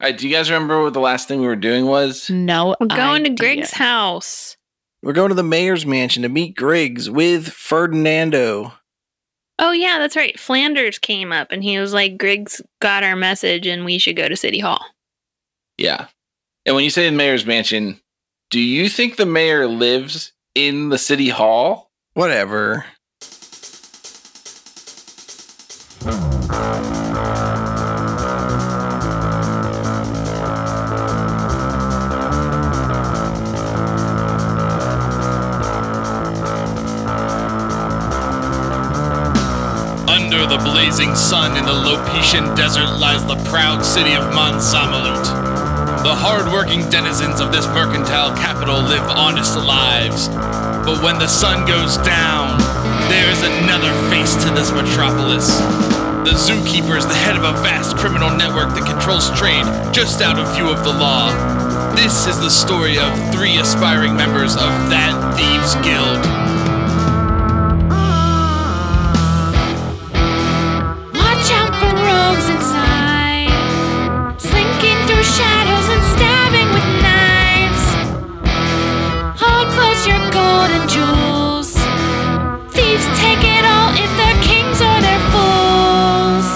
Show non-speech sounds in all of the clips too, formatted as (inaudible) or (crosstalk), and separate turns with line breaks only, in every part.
right, do you guys remember what the last thing we were doing was?
No,
We're going to
idea.
Greg's house.
Mm. We're going to the mayor's mansion to meet Griggs with Ferdinando.
Oh yeah, that's right. Flanders came up and he was like, "Griggs got our message, and we should go to City Hall."
Yeah. And when you say the mayor's mansion, do you think the mayor lives in the city hall? Whatever.
Under the blazing sun in the Lopetian desert lies the proud city of Mansamalut. The hard-working denizens of this mercantile capital live honest lives. But when the sun goes down, there is another face to this metropolis. The zookeeper is the head of a vast criminal network that controls trade just out of view of the law. This is the story of three aspiring members of that thieves' guild.
Watch out for rogues inside, slinking through shadows and stabbing with knives. Hold close your gold and jewels. Thieves take it all if they're kings or they're fools.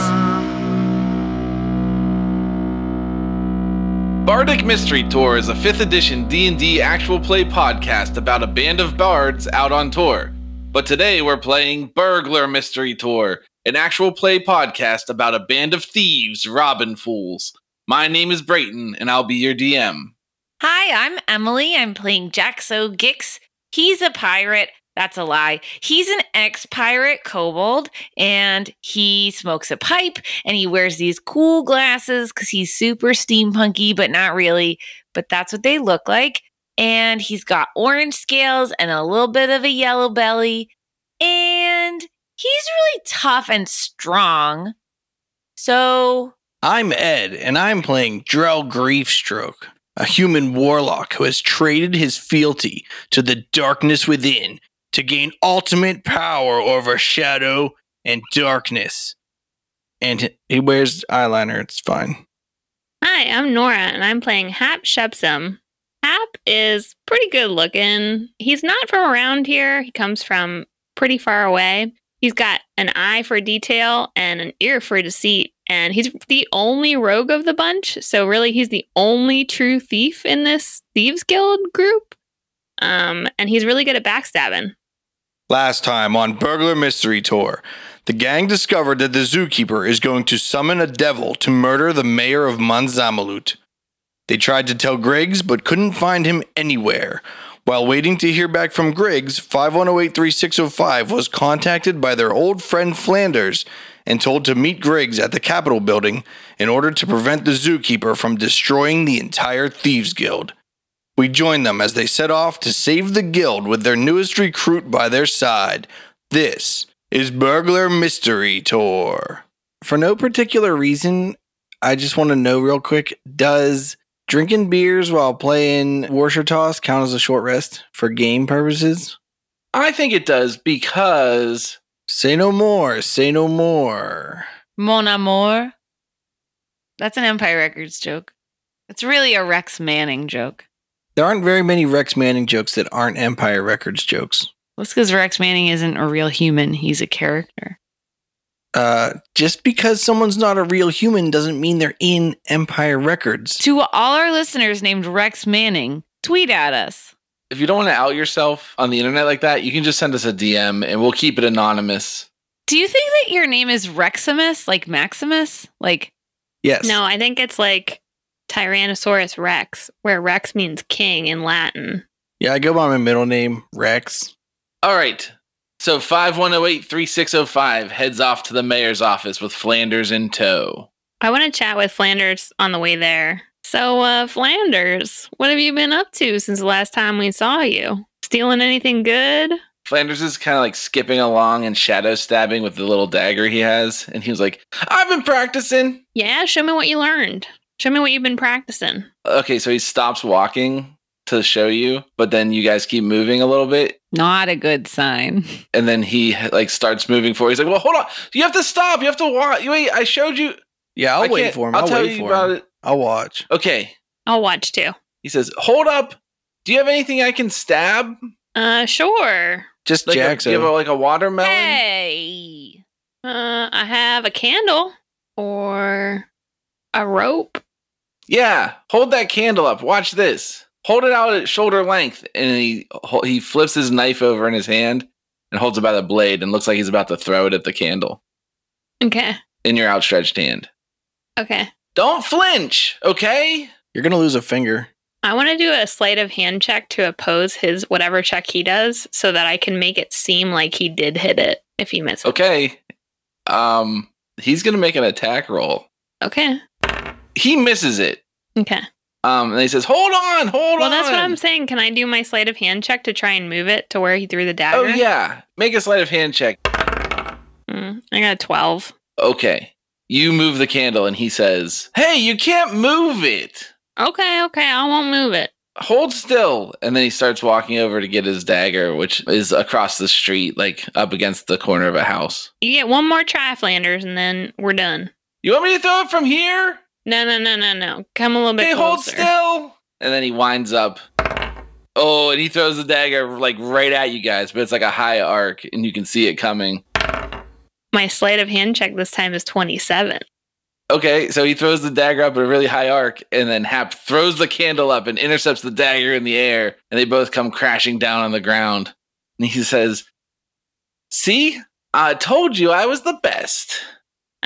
Bardic Mystery Tour is a 5th edition D&D actual play podcast about a band of bards out on tour. But today we're playing Burglar Mystery Tour, an actual play podcast about a band of thieves robbing fools. My name is Brayton and I'll be your DM.
Hi, I'm Emily. I'm playing Jaxo Gix. He's a pirate. That's a lie. He's an ex pirate kobold and he smokes a pipe and he wears these cool glasses because he's super steampunky, but not really. But that's what they look like. And he's got orange scales and a little bit of a yellow belly. And he's really tough and strong. So
I'm Ed and I'm playing Drell Griefstroke, a human warlock who has traded his fealty to the darkness within to gain ultimate power over shadow and darkness. And he wears eyeliner, it's fine.
Hi, I'm Nora, and I'm playing Hap Shepsum. Hap is pretty good looking. He's not from around here. He comes from pretty far away. He's got an eye for detail and an ear for deceit, and he's the only rogue of the bunch. So really, he's the only true thief in this thieves guild group. Um, and he's really good at backstabbing.
Last time on Burglar Mystery Tour, the gang discovered that the zookeeper is going to summon a devil to murder the mayor of Manzamalut. They tried to tell Griggs but couldn't find him anywhere. While waiting to hear back from Griggs, 510-83605 was contacted by their old friend Flanders and told to meet Griggs at the Capitol building in order to prevent the zookeeper from destroying the entire Thieves Guild. We join them as they set off to save the guild with their newest recruit by their side. This is Burglar Mystery Tour. For no particular reason, I just want to know real quick does drinking beers while playing Warsher Toss count as a short rest for game purposes? I think it does because. Say no more, say no more.
Mon amour. That's an Empire Records joke. It's really a Rex Manning joke.
There aren't very many Rex Manning jokes that aren't Empire Records jokes.
That's because Rex Manning isn't a real human. He's a character.
Uh, just because someone's not a real human doesn't mean they're in Empire Records.
To all our listeners named Rex Manning, tweet at us.
if you don't want to out yourself on the internet like that, you can just send us a DM and we'll keep it anonymous.
Do you think that your name is Reximus, like Maximus? Like,
Yes.
No, I think it's like Tyrannosaurus Rex, where Rex means king in Latin.
Yeah, I go by my middle name, Rex.
All right. So 5108 3605 heads off to the mayor's office with Flanders in tow.
I want to chat with Flanders on the way there. So, uh, Flanders, what have you been up to since the last time we saw you? Stealing anything good?
Flanders is kind of like skipping along and shadow stabbing with the little dagger he has. And he was like, I've been practicing.
Yeah, show me what you learned. Show me what you've been practicing.
Okay, so he stops walking to show you, but then you guys keep moving a little bit.
not a good
(laughs)
sign.
and then he like starts moving forward. He's like, "Well, hold on, you have to stop. You have to walk. Wait, I showed you.
Yeah, I'll
I
wait
can't-
for him.
I'll,
I'll,
tell
wait
you
for
about
him.
it.
I'll watch.
Okay.
I'll watch too.
He says, Hold up. Do you have anything I can stab?
Uh, sure.
Just
Like a,
Jackson.
give a, like a watermelon?
Hey.
Uh, I have a candle or a rope.
Yeah. Hold that candle up. Watch this. Hold it out at shoulder length. And he hol- he flips his knife over in his hand and holds it by the blade and looks like he's about to throw it at the candle
Okay.
in your outstretched hand.
Okay.
Don't flinch, okay?
You're gonna lose a finger.
I want to do a sleight of hand check to oppose his whatever check he does so that I can make it seem like he did hit it if he misses.
Okay. Um he's going to make an attack roll.
Okay.
He misses it.
Okay.
Um and he says, "Hold on, hold
well,
on."
that's what I'm saying. Can I do my sleight of hand check to try and move it to where he threw the dagger?
Oh yeah. Make a sleight of hand check.
Mm, I got a 12.
Okay. You move the candle and he says, "Hey, you can't move it."
Okay. Okay. I won't move it.
hold still and then he starts walking over to get his dagger which is across the street like up against the corner of a house
You get one more try, Flanders, and then we're done.
you want me to throw it from here
No, no, no, no, no. Come a little bit
okay
closer.
hold still and then he winds up oh and he throws the dagger like right at you guys but it's like a high arc and you can see it coming
My sleight of hand check this time is 27.
okay so he throws the dagger up at a really high arc and then hap throws the candle up and intercepts the dagger in the air and they both come crashing down on the ground and he says see i told you i was the best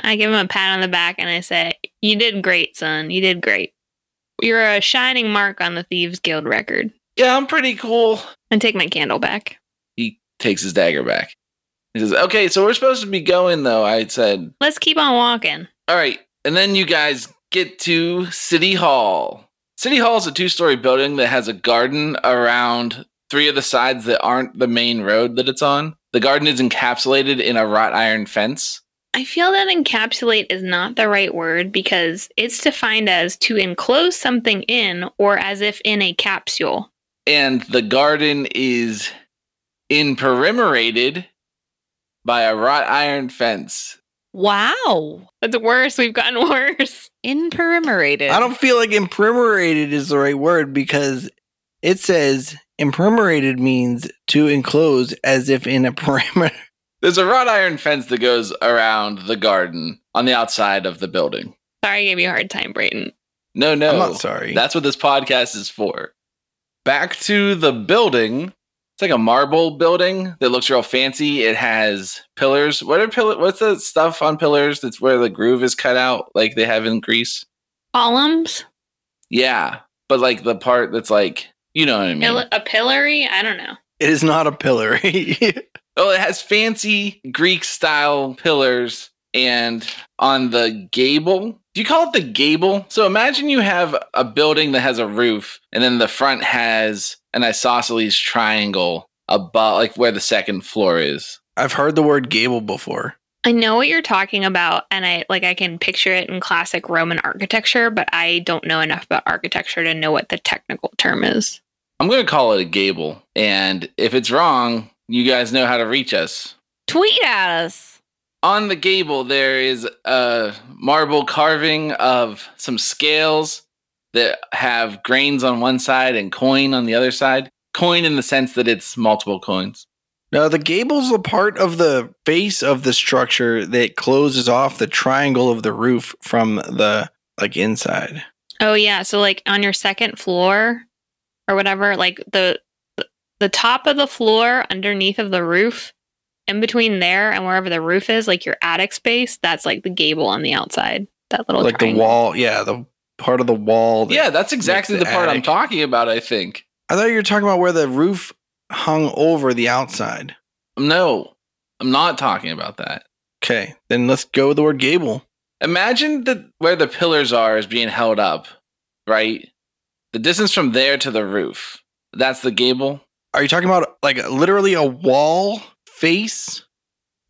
I give him a pat on the back and I say, You did great, son. You did great. You're a shining mark on the Thieves Guild record.
yeah, I'm pretty cool.
And take my candle back.
He takes his dagger back. He says, okay, so we're supposed to be going though. I said,
Let's keep on walking.
all right. And then you guys get to City Hall. City Hall is a two story building that has a garden around three of the sides that aren't the main road that it's on. The garden is encapsulated in a wrought iron fence.
I feel that encapsulate is not the right word because it's defined as to enclose something in or as if in a capsule.
and the garden is imperimerated by a wrought iron fence.
Wow.
That's worse. We've gotten (laughs) worse.
Imperimerated.
I don't feel like imprimerated is the right word because it says imprimerated means to enclose as if in a (laughs) perimeter.
There's a wrought iron fence that goes around the garden on the outside of the building.
Sorry, I gave you a hard time, Brayton.
No, no.
I'm not sorry.
Oh. That's what this podcast is for. Back to the building. It's like a marble building that looks real fancy. It has pillars. What are pillar what's the stuff on pillars that's where the groove is cut out like they have in Greece?
Columns?
Yeah. But like the part that's like you know what I mean.
Pil- a pillory? I don't know.
it is not a pillory. (laughs)
Oh, it has fancy Greek style pillars and on the gable. Do you call it the gable? So imagine you have a building that has a roof and then the front has an isosceles triangle above like where the second floor is.
I've heard the word gable before.
I know what you're talking about and I like I can picture it in classic Roman architecture, but I don't know enough about architecture to know what the technical term is.
I'm going to call it a gable and if it's wrong, you guys know how to reach us.
Tweet at us.
on the gable there is a marble carving of some scales that have grains on one side and coin on the other side coin in the sense that it's multiple coins
Now, the gable's the part of the base of the structure that closes off the triangle of the roof from the like inside.
Oh yeah, so like on your second floor or whatever, like the the top of the floor underneath of the roof in between there and wherever the roof is, like your attic space, that's like the gable on the outside. That little
like
triangle.
the wall, yeah, the part of the wall. that-
Oh, yeah that's exactly
makes
the,
the
part i'm
attic.
talking about i think
I thought you were talking about where the roof hung over the outside.
no i'm not talking about that
Okay, then let's go with the word gable.
imagine that where the pillars are is being held up right the distance from there to the roof that's the gable
Are you talking about like literally a wall face,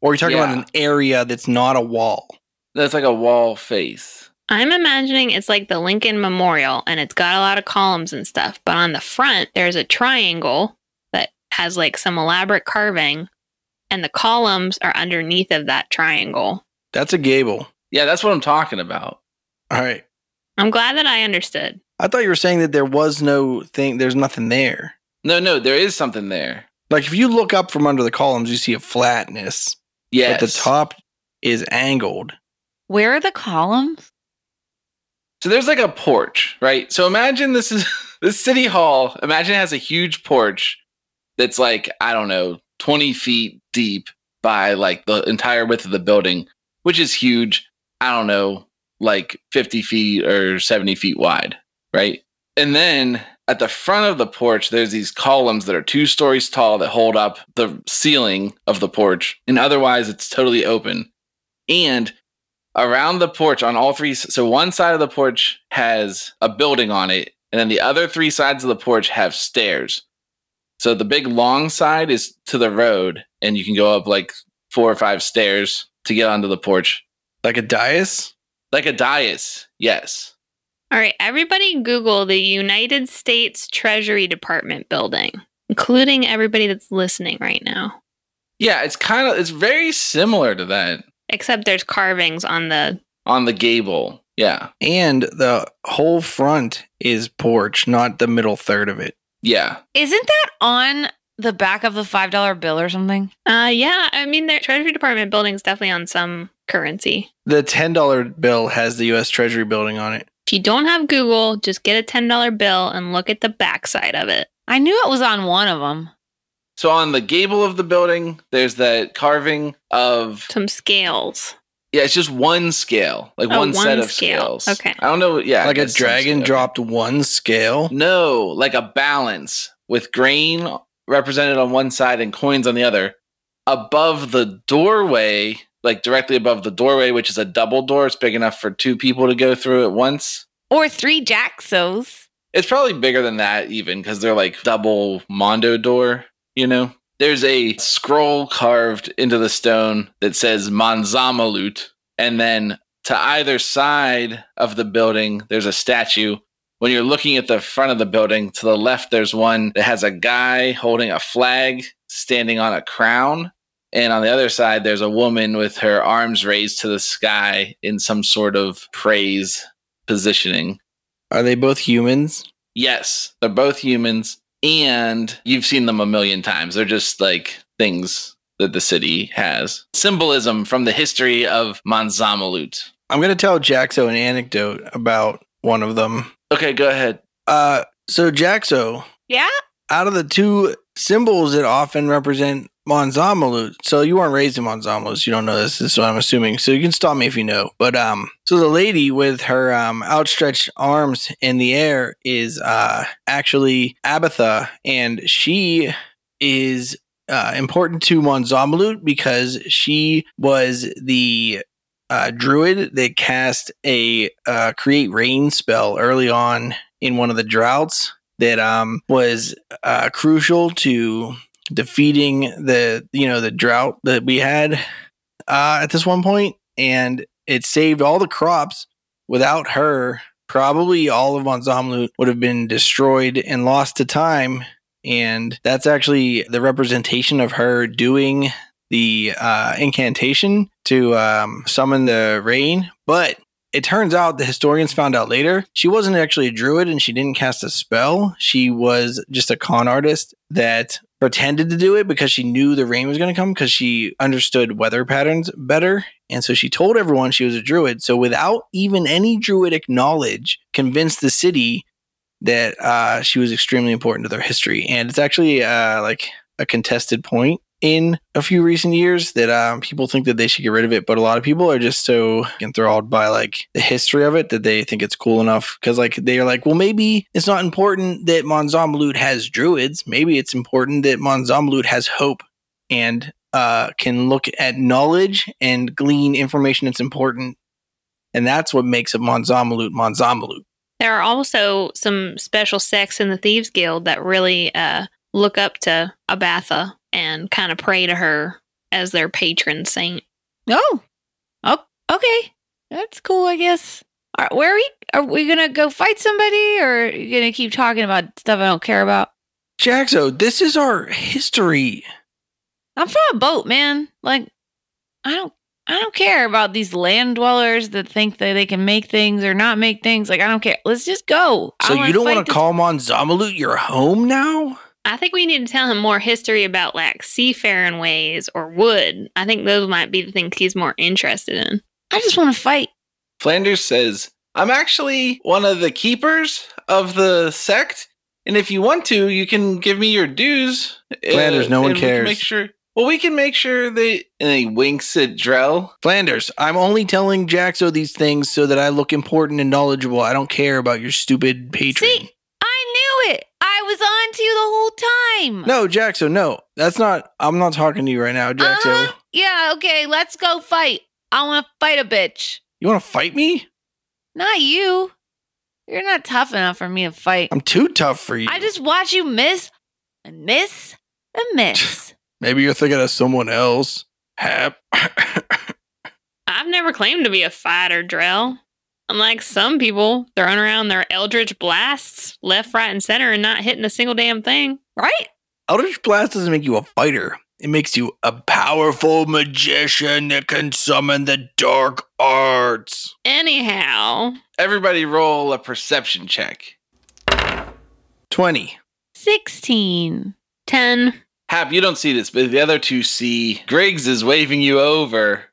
or are you talking about
Yeah.
an area that's not a wall?
that's like a wall face
I'm imagining it's like the Lincoln Memorial and it's got a lot of columns and stuff, but on the front there's a triangle that has like some elaborate carving and the columns are underneath of that triangle.
That's a gable.
Yeah, that's what I'm talking about.
All right,
I'm glad that I understood.
I thought you were saying that there was no thing, there's nothing there.
No, no, there is something there.
Like if you look up from under the columns, you see a flatness.
Yes.
But the top is angled.
Where are the columns?
So there's like a porch, right? So imagine this is (laughs) this city hall. Imagine it has a huge porch that's like, I don't know, 20 feet deep by like the entire width of the building, which is huge. I don't know, like 50 feet or 70 feet wide, right? And then at the front of the porch, there's these columns that are two stories tall that hold up the ceiling of the porch. And otherwise, it's totally open. And around the porch on all three so one side of the porch has a building on it and then the other three sides of the porch have stairs so the big long side is to the road and you can go up like four or five stairs to get onto the porch
Like a dais?
like a dais yes
All right, everybody Google the United States Treasury Department building, including everybody that's listening right now,
yeah it's kind of it's very similar to that
except there's carvings on the.
on the gable yeah
And the whole front is porch, not the middle third of it.
yeah
Isn't that on the back of the $5 bill or something?
Uh, yeah, I mean, the Treasury Department building's definitely on some currency.
The $10 bill has the US Treasury building on it.
If you don't have Google, just get a $10 bill and look at the backside of it.
I knew it was on one of them.
so on the gable of the building there's that carving of
Some scales.
yeah it's just one scale like
Oh,
one
one
set of
scale.
scales
Okay.
i don't know yeah I
like a
guess some
dragon
scale.
dropped one scale.
No, like a balance with grain represented on one side and coins on the other. Above the doorway, like directly above the doorway, which is a double door, it's big enough for two people to go through at once.
Or three Jaxos.
It's probably bigger than that, even because they're like double Mondo door, you know? There's a scroll carved into the stone that says Manzamalut. And then to either side of the building, there's a statue. When you're looking at the front of the building, to the left, there's one that has a guy holding a flag standing on a crown. And on the other side, there's a woman with her arms raised to the sky in some sort of praise positioning.
Are they both humans?
Yes, they're both humans, and you've seen them a million times. They're just like things that the city has. Symbolism from the history of Manzamalut.
I'm going to tell Jaxo an anecdote about one of them.
Okay, go ahead.
Uh, so, Jaxo,
Yeah?
out of the two symbols that often represent Monzamalut. So you weren't raised in Monzamalut, so you don't know this. This is what I'm assuming. So you can stop me if you know. But um, so the lady with her um outstretched arms in the air is uh actually Abatha, and she is uh, important to Monzamalut because she was the uh, druid that cast a uh, create rain spell early on in one of the droughts that um was uh, crucial to defeating the you know the drought that we had uh, at this one point, and it saved all the crops. Without her, probably all of Monzamlut would have been destroyed and lost to time. And that's actually the representation of her doing the uh, incantation to um, summon the rain. But it turns out the historians found out later she wasn't actually a druid and she didn't cast a spell. She was just a con artist that pretended to do it because she knew the rain was going to come because she understood weather patterns better. And so she told everyone she was a druid. So without even any druidic knowledge, convinced the city that uh, she was extremely important to their history. And it's actually uh, like a contested point in a few recent years that um, people think that they should get rid of it, but a lot of people are just so enthralled by like the history of it that they think it's cool enough because like they are like, well, maybe it's not important that Monzamalut has druids. Maybe it's important that Monzamalut has hope and uh, can look at knowledge and glean information that's important. And that's what makes a Monzamalut Monzamalut.
There are also some special sects in the Thieves Guild that really uh, look up to Abatha and kind of pray to her as their patron saint.
No. Oh, okay. That's cool, I guess. Are, where are we? Are we going to go fight somebody or are you going to keep talking about stuff I don't care about?
Jaxo, this is our history.
I'm from a boat, man. Like, I don't I don't care about these land dwellers that think that they can make things or not make things. Like I don't care. Let's just go. I
So
wanna
you don't
fight
want to
this-
call Monzamalut your home now?
I think we need to tell him more history about like seafaring ways or wood. I think those might be the things he's more interested in.
I just want to fight.
Flanders says, I'm actually one of the keepers of the sect. And if you want to, you can give me your dues. uh,
Flanders, no one
and we can
cares.
Make sure. Well, we can make sure they. And he winks at Drell.
Flanders, I'm only telling Jaxo these things so that I look important and knowledgeable. I don't care about your stupid patron.
See, I knew it. I was on to you the whole time.
No, Jaxo, no. That's not I'm not talking to you right now, Jaxo.
Uh-huh. Yeah. Okay. Let's go fight. I want to fight a bitch.
You wanna fight me?
Not you. You're not tough enough for me to fight.
I'm too tough for you.
I just watch you miss and miss and miss.
Maybe you're thinking of someone else. Hap (coughs)
I've never claimed to be a fighter, Drell. Unlike some people throwing around their eldritch blasts left, right, and center and not hitting a single damn thing.
right?
Eldritch Blast doesn't make you a fighter. It makes you a powerful magician that can summon the dark arts.
Anyhow,
Everybody roll a perception check.
20.
16.
10.
Hap, you don't see this, but the other two see Griggs is waving you over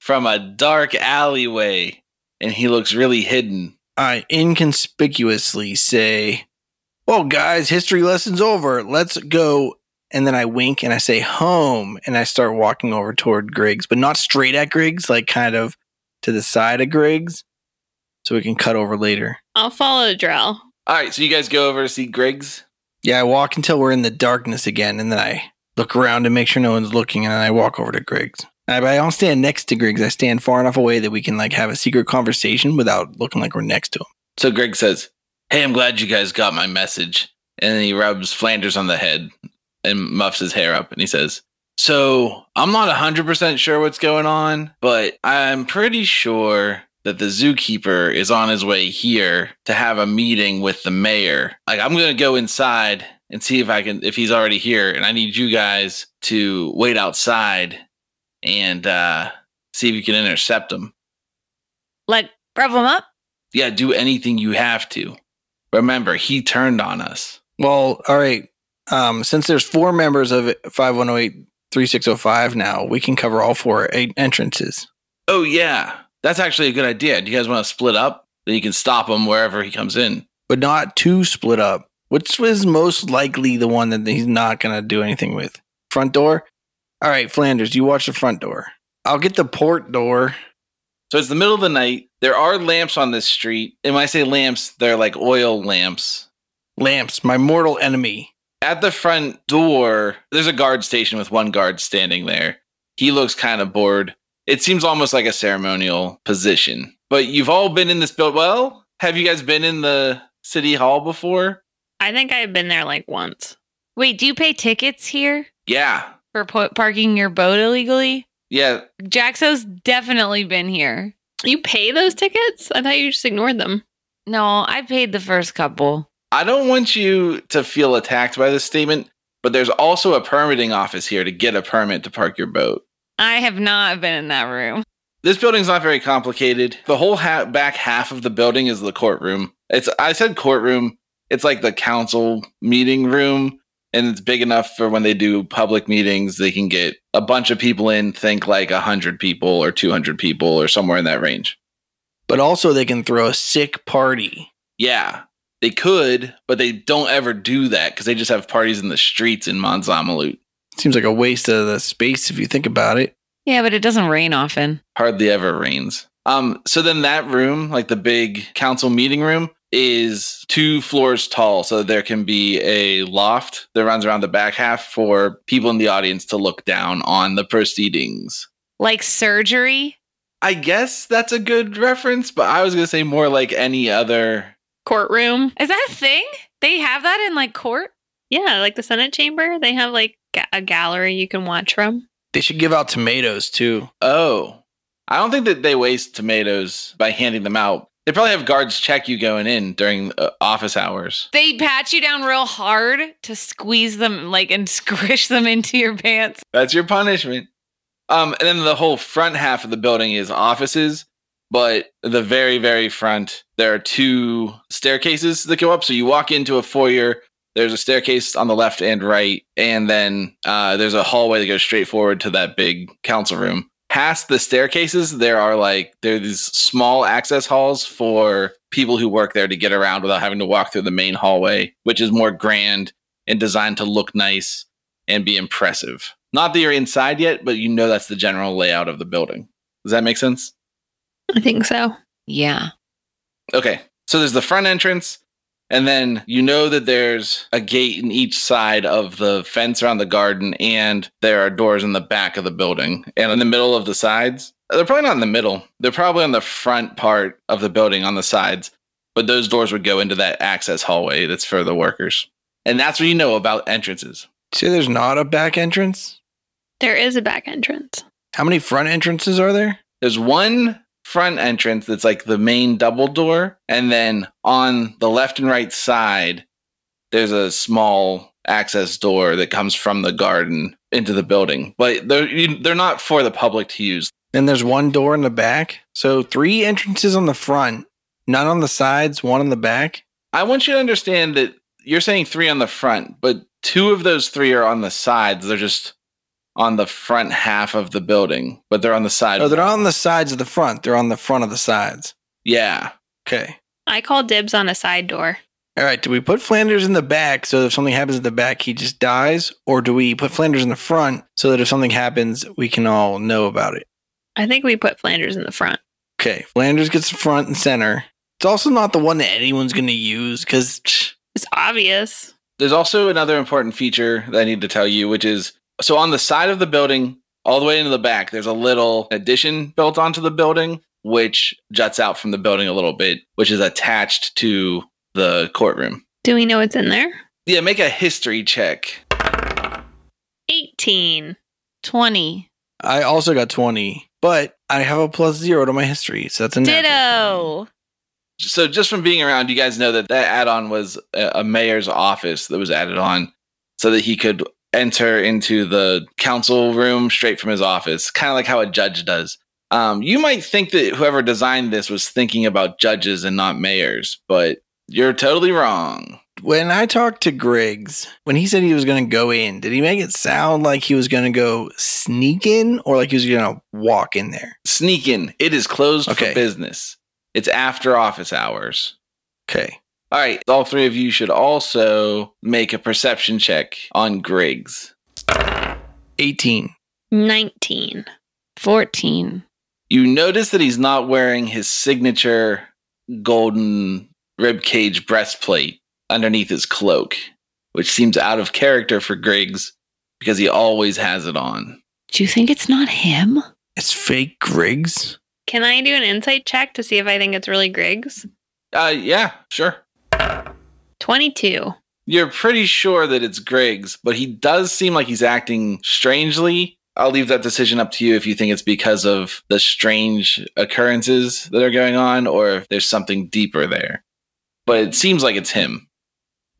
from a dark alleyway, and he looks really hidden.
I inconspicuously say, Well, guys, history lesson's over. Let's go. And then I wink and I say, Home. And I start walking over toward Griggs, but not straight at Griggs, like kind of to the side of Griggs so we can cut over later.
I'll follow Drell.
All right, so you guys go over to see Griggs.
Yeah, I walk until we're in the darkness again. And then I look around to make sure no one's looking. And then I walk over to Griggs. I, but I don't stand next to Griggs. I stand far enough away that we can like have a secret conversation without looking like we're next to him.
So Griggs says, Hey, I'm glad you guys got my message. And then he rubs Flanders on the head and muffs his hair up, and he says, So I'm not 100% sure what's going on, but I'm pretty sure that the zookeeper is on his way here to have a meeting with the mayor. Like, I'm going to go inside and see if I can, if he's already here. And I need you guys to wait outside and uh, see if you can intercept him
Like, rev them up.
yeah, do anything you have to. Remember, he turned on us.
Well, all right. Um, since there's four members of 5108 3605 now, we can cover all four eight entrances.
Oh, yeah. That's actually a good idea. Do you guys want to split up? Then you can stop him wherever he comes in.
but not two split up. Which is most likely the one that he's not going to do anything with? Front door? All right, Flanders, you watch the front door. I'll get the port door.
So it's the middle of the night. There are lamps on this street. And when I say lamps, they're like oil lamps.
Lamps, my mortal enemy.
At the front door, there's a guard station with one guard standing there. He looks kind of bored. It seems almost like a ceremonial position. But you've all been in this build. Well, have you guys been in the city hall before?
I think I've been there like once.
Wait, do you pay tickets here
Yeah.
for po- parking your boat illegally?
Yeah,
Jaxo's definitely been here.
You pay those tickets? I thought you just ignored them.
No, I paid the first couple.
I don't want you to feel attacked by this statement, but there's also a permitting office here to get a permit to park your boat.
I have not been in that room.
This building's not very complicated. The whole ha- back half of the building is the courtroom. It's I said courtroom. It's like the council meeting room, and it's big enough for when they do public meetings, they can get a bunch of people in. Think like hundred people or two hundred people or somewhere in that range.
But also, they can throw a sick party.
Yeah, they could, but they don't ever do that because they just have parties in the streets in Monzamalut.
Seems like a waste of the space if you think about it.
Yeah, but it doesn't rain often.
Hardly ever rains. Um, so then that room, like the big council meeting room, is two floors tall. So there can be a loft that runs around the back half for people in the audience to look down on the proceedings.
Like surgery?
I guess that's a good reference, but I was going to say more like any other.
Courtroom?
Is that a thing? They have that in like court?
Yeah, like the Senate chamber. They have like ga- a gallery you can watch from.
They should give out tomatoes too.
Oh, I don't think that they waste tomatoes by handing them out. They probably have guards check you going in during uh, office hours.
They pat you down real (laughs) hard to squeeze them like and squish them into your pants.
That's your punishment. Um, and then the whole front half of the building is offices, but the very, very front, there are two staircases that go up. So you walk into a foyer, there's a staircase on the left and right, and then uh, there's a hallway that goes straight forward to that big council room. Past the staircases, there are like there are these small access halls for people who work there to get around without having to walk through the main hallway, which is more grand and designed to look nice and be impressive. Not that you're inside yet, but you know that's the general layout of the building. Does that make sense?
I think so.
Yeah.
Okay. So there's the front entrance, and then you know that there's a gate in each side of the fence around the garden, and there are doors in the back of the building. And in the middle of the sides, they're probably not in the middle, they're probably on the front part of the building on the sides, but those doors would go into that access hallway that's for the workers. And that's what you know about entrances.
See, there's not a back entrance.
There is a back entrance.
How many front entrances are there?
There's one front entrance that's like the main double door, and then on the left and right side, there's a small access door that comes from the garden into the building. But they're you- they're not for the public to use.
Then there's one door in the back. So three entrances on the front, none on the sides, one on the back.
I want you to understand that you're saying three on the front, but two of those three are on the sides. They're just on the front half of the building, but they're on the side.
Oh, they're not on the sides of the front. They're on the front of the sides.
yeah.
Okay.
I call dibs on a side door.
All right. Do we put Flanders in the back so that if something happens at the back, he just dies? Or do we put Flanders in the front so that if something happens, we can all know about it?
I think we put Flanders in the front.
Okay. Flanders gets the front and center. It's also not the one that anyone's going to use because
It's obvious.
There's also another important feature that I need to tell you, which is so on the side of the building, all the way into the back, there's a little addition built onto the building, which juts out from the building a little bit, which is attached to the courtroom.
Do we know what's in there?
Yeah, make a history check.
18.
20.
I also got 20, but I have a plus zero to my history. So that's a natural
Ditto.
So just from being around, you guys know that that add-on was a a mayor's office that was added on so that he could enter into the council room straight from his office, kind of like how a judge does. Um, you might think that whoever designed this was thinking about judges and not mayors, but you're totally wrong.
When I talked to Griggs, when he said he was going to go in, did he make it sound like he was going to go sneak in or like he was going to walk in there?
Sneak in. It is closed
Okay.
for business. It's after office hours.
Okay.
All right, all three of you should also make a perception check on Griggs.
18.
19.
14.
you notice that he's not wearing his signature golden ribcage breastplate underneath his cloak, which seems out of character for Griggs because he always has it on.
Do you think it's not him?
It's fake Griggs.
Can I do an insight check to see if I think it's really Griggs?
Uh, yeah, sure.
22.
You're pretty sure that it's Griggs, but he does seem like he's acting strangely. I'll leave that decision up to you if you think it's because of the strange occurrences that are going on or if there's something deeper there. But it seems like it's him.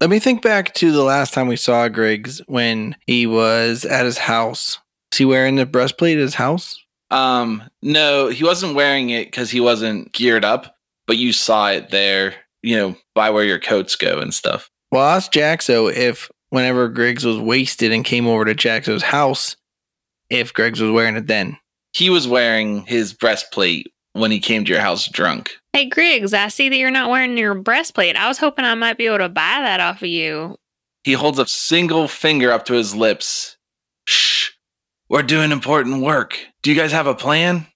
Let me think back to the last time we saw Griggs when he was at his house. Is he wearing the breastplate at his house?
Um, no, he wasn't wearing it because he wasn't geared up, but you saw it there, you know, by where your coats go and stuff.
Well, I asked Jaxo if whenever Griggs was wasted and came over to Jaxo's house, if Griggs was wearing it then.
He was wearing his breastplate when he came to your house drunk.
Hey, Griggs, I see that you're not wearing your breastplate. I was hoping I might be able to buy that off of you.
He holds a single finger up to his lips. Shh, we're doing important work. Do you guys have a plan?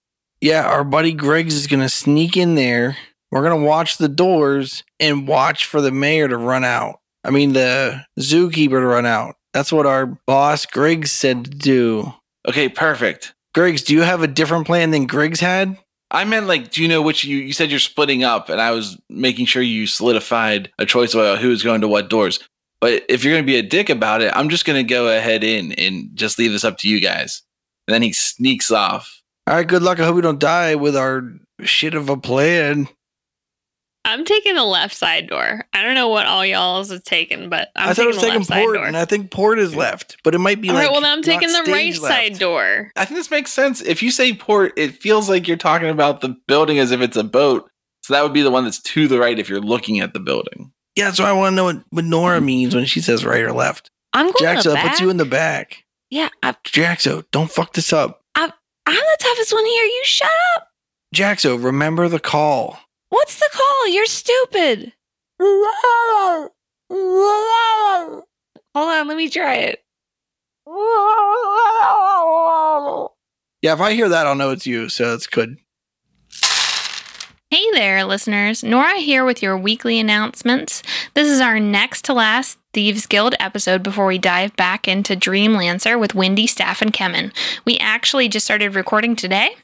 yeah, our buddy Griggs is going to sneak in there. We're going to watch the doors and watch for the mayor to run out. I mean, the zookeeper to run out. That's what our boss Griggs said to do.
Okay, perfect.
Griggs, do you have a different plan than Griggs had?
I meant like, do you know which you you said you're splitting up, and I was making sure you solidified a choice about who was going to what doors. But if you're going to be a dick about it, I'm just going to go ahead in and just leave this up to you guys. And then he sneaks off.
All right, good luck. I hope we don't die with our shit of a plan.
I'm taking the left side door. I don't know what all y'all's is taking, but I'm
I
taking
thought it was
the
taking
left side
port,
door.
and I think port is left, but it might be
all
like.
right, well then I'm
not
taking the
stage
right
left.
side door.
I think this makes sense. If you say port, it feels like you're talking about the building as if it's a boat. So that would be the one that's to the right if you're looking at the building.
Yeah, so I want to know what, what Nora means when she says right or left.
I'm going to
Jaxo,
the
that puts
back.
you in the back.
yeah, I,
Jaxo, don't fuck this up.
I'm the toughest one here. You shut up.
Jaxo, remember the call.
What's the call? You're stupid. Hold on, let me try it.
Yeah, if I hear that, I'll know it's you, so it's good.
Hey there, listeners. Nora here with your weekly announcements. This is our next to last Thieves Guild episode before we dive back into Dreamlancer with Wendy, Staff, and Kemen. We actually just started recording today,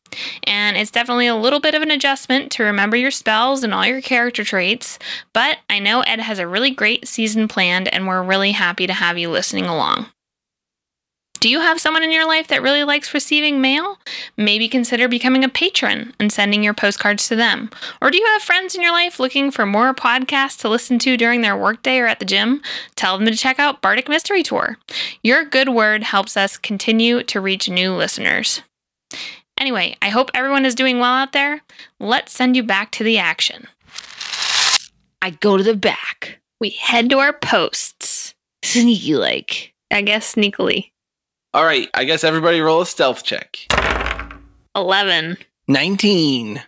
and it's definitely a little bit of an adjustment to remember your spells and all your character traits, but I know Ed has a really great season planned, and we're really happy to have you listening along. Do you have someone in your life that really likes receiving mail? Maybe consider becoming a patron and sending your postcards to them. Or do you have friends in your life looking for more podcasts to listen to during their workday or at the gym? Tell them to check out Bardic Mystery Tour. Your good word helps us continue to reach new listeners. Anyway, I hope everyone is doing well out there. Let's send you back to the action.
I go to the back,
We head to our posts.
sneaky like.
I guess sneakily.
All right, I guess everybody roll a stealth check.
11.
19.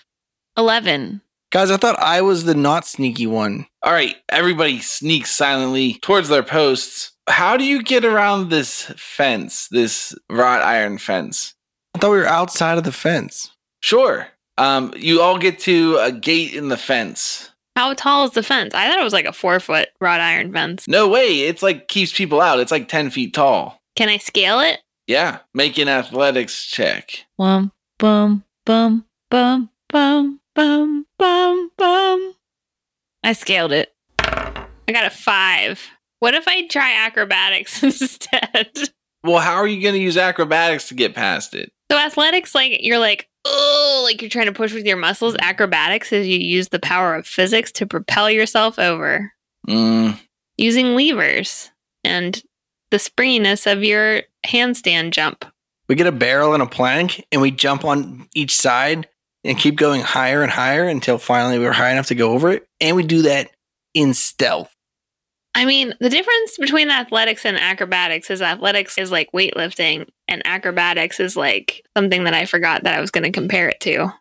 11.
Guys, I thought I was the not sneaky one.
All right, everybody sneaks silently towards their posts. How do you get around this fence, this wrought iron fence?
I thought we were outside of the fence.
Sure. Um, you all get to a gate in the fence.
How tall is the fence? I thought it was like a four foot wrought iron fence.
No way. It's like keeps people out. It's like 10 feet tall.
Can I scale it?
Yeah. Make an athletics check.
Bum, bum, bum, bum, bum, bum, bum, bum. I scaled it.
I got a five. What if I try acrobatics (laughs) instead?
Well, how are you going to use acrobatics to get past it?
So athletics, like you're like, oh, like you're trying to push with your muscles. Acrobatics is you use the power of physics to propel yourself over
Mm,
using levers and the springiness of your handstand jump.
We get a barrel and a plank, and we jump on each side and keep going higher and higher until finally we're high enough to go over it. And we do that in stealth.
I mean, the difference between athletics and acrobatics is athletics is like weightlifting, and acrobatics is like something that I forgot that I was going to compare it to.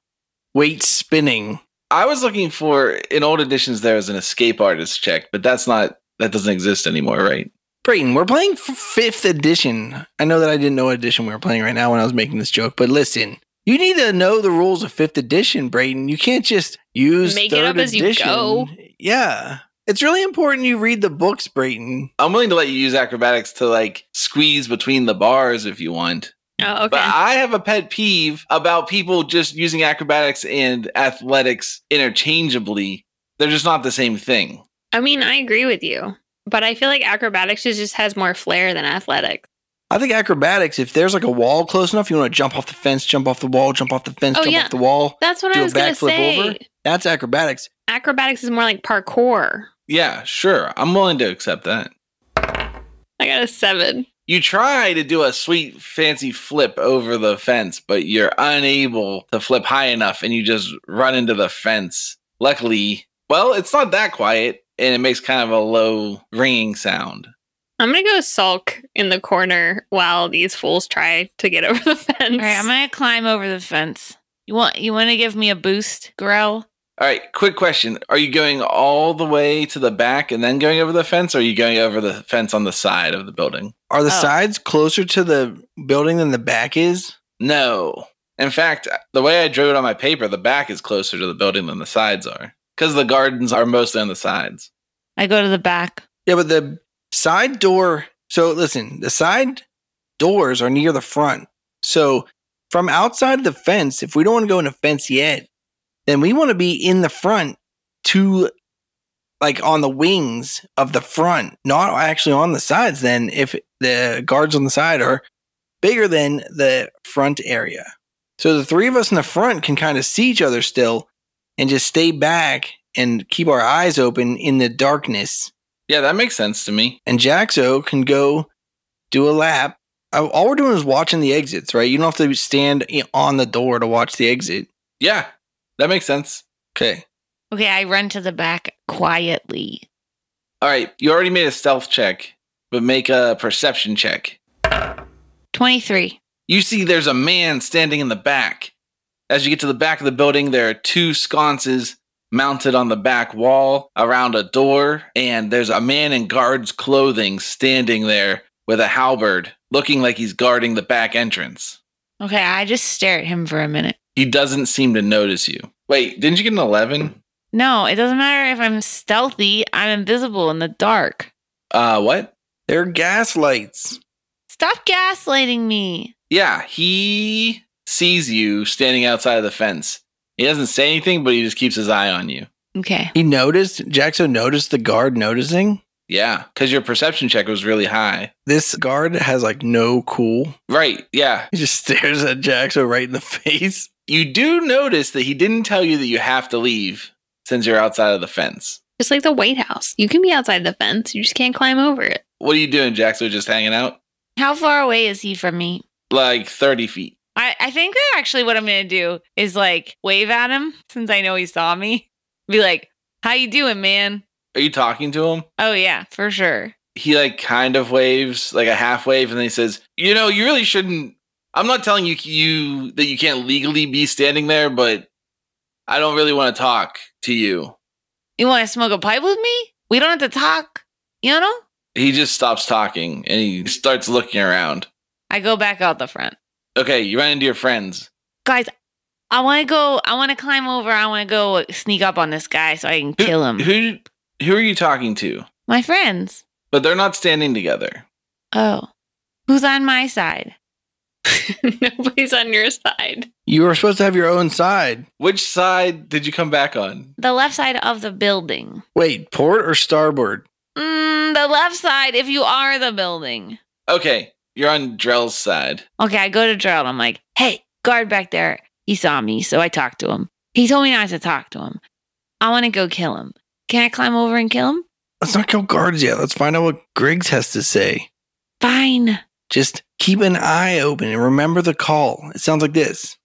Weight spinning.
I was looking for, in old editions, there was an escape artist check, but that's not, that doesn't exist anymore, right?
Brayton, we're playing f- fifth edition. I know that I didn't know what edition we were playing right now when I was making this joke, but listen, you need to know the rules of fifth edition, Brayton. You can't just use
Make it
third
up as you
edition.
go.
Yeah, it's really important you read the books, Brayton.
I'm willing to let you use acrobatics to like squeeze between the bars if you want.
Oh,
But
okay.
I have a pet peeve about people just using acrobatics and athletics interchangeably. They're just not the same thing.
I mean, I agree with you, but I feel like acrobatics is- just has more flair than athletics.
I think acrobatics. If there's like a wall close enough, you want to jump off the fence, jump off the wall, jump off the fence,
Oh,
jump
yeah.
off the wall.
That's what
Do
I
a
was going to
backflip
say.
over? That's acrobatics.
Acrobatics is more like parkour.
Yeah, sure. I'm willing to accept that.
I got a seven.
You try to do a sweet fancy flip over the fence, but you're unable to flip high enough and you just run into the fence. Luckily, well, it's not that quiet and it makes kind of a low ringing sound.
I'm going to go sulk in the corner while these fools try to get (laughs) over the fence.
All right, I'm gonna climb over the fence. You want you want to give me a boost, Grell?
All right, quick question. Are you going all the way to the back and then going over the fence, or are you going over the fence on the side of the building?
Are the
Oh.
sides closer to the building than the back is?
No. In fact, the way I drew it on my paper, the back is closer to the building than the sides are because the gardens are mostly on the sides.
I go to the back.
Yeah, but the side door. So listen, the side doors are near the front. So from outside the fence, if we don't want to go in the fence yet, then we want to be in the front to like on the wings of the front, not actually on the sides. Then if the guards on the side are bigger than the front area. So the three of us in the front can kind of see each other still and just stay back and keep our eyes open in the darkness.
Yeah, that makes sense to me.
And Jaxo can go do a lap. Uh, All we're doing is watching the exits, right? You don't have to stand i- on the door to watch the exit.
Yeah, that makes sense.
Okay.
Okay, I run to the back quietly.
All right, you already made a stealth check, but make a perception check.
23.
You see, there's a man standing in the back. As you get to the back of the building, there are two sconces mounted on the back wall around a door, and there's a man in guard's clothing standing there with a halberd, looking like he's guarding the back entrance.
Okay, I just stare at him for a minute.
He doesn't seem to notice you. Wait, didn't you get an 11?
No, it doesn't matter if I'm stealthy, I'm invisible in the dark.
Uh, what?
They're gaslights.
Stop gaslighting me.
Yeah, he sees you standing outside of the fence. He doesn't say anything, but he just keeps his eye on you.
Okay.
He noticed, Jaxo noticed the guard noticing.
Yeah, because your perception check was really high.
This guard has like no cool.
Right, yeah.
He just (laughs) stares at Jaxo right in the (laughs) face.
You do notice that he didn't tell you that you have to leave since you're outside of the fence.
Just like the White House. You can be outside the fence, you just can't climb over it. (laughs)
What are you doing, Jaxo? Just hanging out?
How far away is he from me?
Like 30 feet.
I, I think that actually what I'm gonna do is like wave at him since I know he saw me. Be like, how you doing, man?
Are you talking to him?
Oh yeah, for sure.
He like kind of waves, like a half wave, and then he says, "You know, you really shouldn't. I'm not telling you you that you can't legally be standing there, but I don't really want to talk to you."
You wanna smoke a pipe with me? We don't have to talk, you know?
He just stops talking and he starts looking around.
I go back out the front.
Okay, you run into your friends.
Guys, I wanna go I wanna climb over, I wanna go sneak up on this guy so I can kill him.
Who who are you talking to?
My friends.
But they're not standing together.
Oh. Who's on my side?
Nobody's on your side.
You were supposed to have your own side.
Which side did you come back on?
The left side of the building.
Wait, port or starboard?
Mm, the left side if you are the building.
Okay, you're on Drell's side.
Okay, I go to Gerald. I'm like, hey, guard back there. He saw me, so I talked to him. He told me not to talk to him. I want to go kill him. Can I climb over and kill him?
Let's not kill guards yet. Let's find out what Griggs has to say.
Fine.
Just keep an eye open and remember the call. It sounds like this.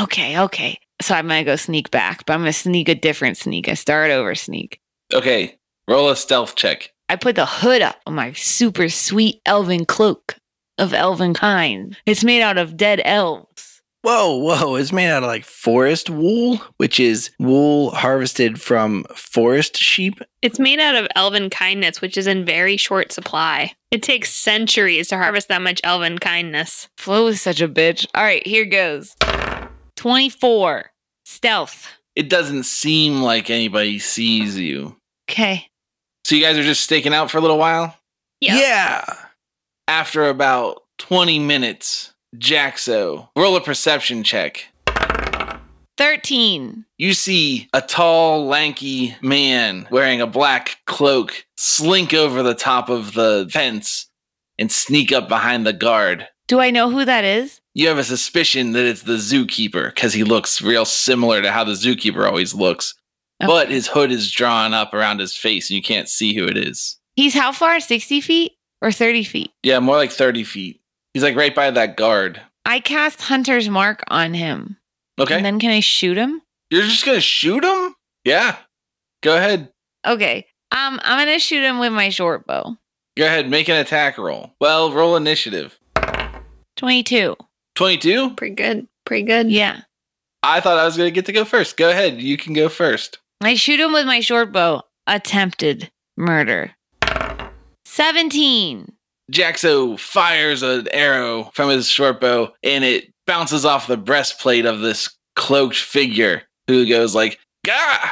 Okay, okay. So I'm going to go sneak back, but I'm going to sneak a different sneak. I start over sneak.
Okay, roll a stealth check.
I put the hood up on my super sweet elven cloak of elven kind. It's made out of dead elves.
Whoa, whoa. It's made out of like forest wool, which is wool harvested from forest sheep.
It's made out of elven kindness, which is in very short supply. It takes centuries to harvest that much elven kindness.
Flo is such a bitch. All right, here goes 24. Stealth.
It doesn't seem like anybody sees you.
Okay.
So you guys are just staking out for a little while?
Yeah.
After about 20 minutes, Jaxo, roll a perception check.
13.
You see a tall, lanky man wearing a black cloak slink over the top of the fence and sneak up behind the guard.
Do I know who that is?
You have a suspicion that it's the zookeeper because he looks real similar to how the zookeeper always looks, but his hood is drawn up around his face and you can't see who it is.
He's how far? 60 feet or 30 feet?
Yeah, more like 30 feet. He's like right by that guard.
I cast Hunter's Mark on him.
Okay.
And then can I shoot him?
You're just going to shoot him? Yeah. Go ahead.
Okay. Um, I'm going to shoot him with my short bow.
Go ahead. Make an attack roll. Well, roll initiative.
22.
22?
Pretty good. Pretty good.
Yeah.
I thought I was going to get to go first. Go ahead. You can go first.
I shoot him with my short bow. Attempted murder. 17.
Jaxo fires an arrow from his short bow and it bounces off the breastplate of this cloaked figure who goes like, Gah!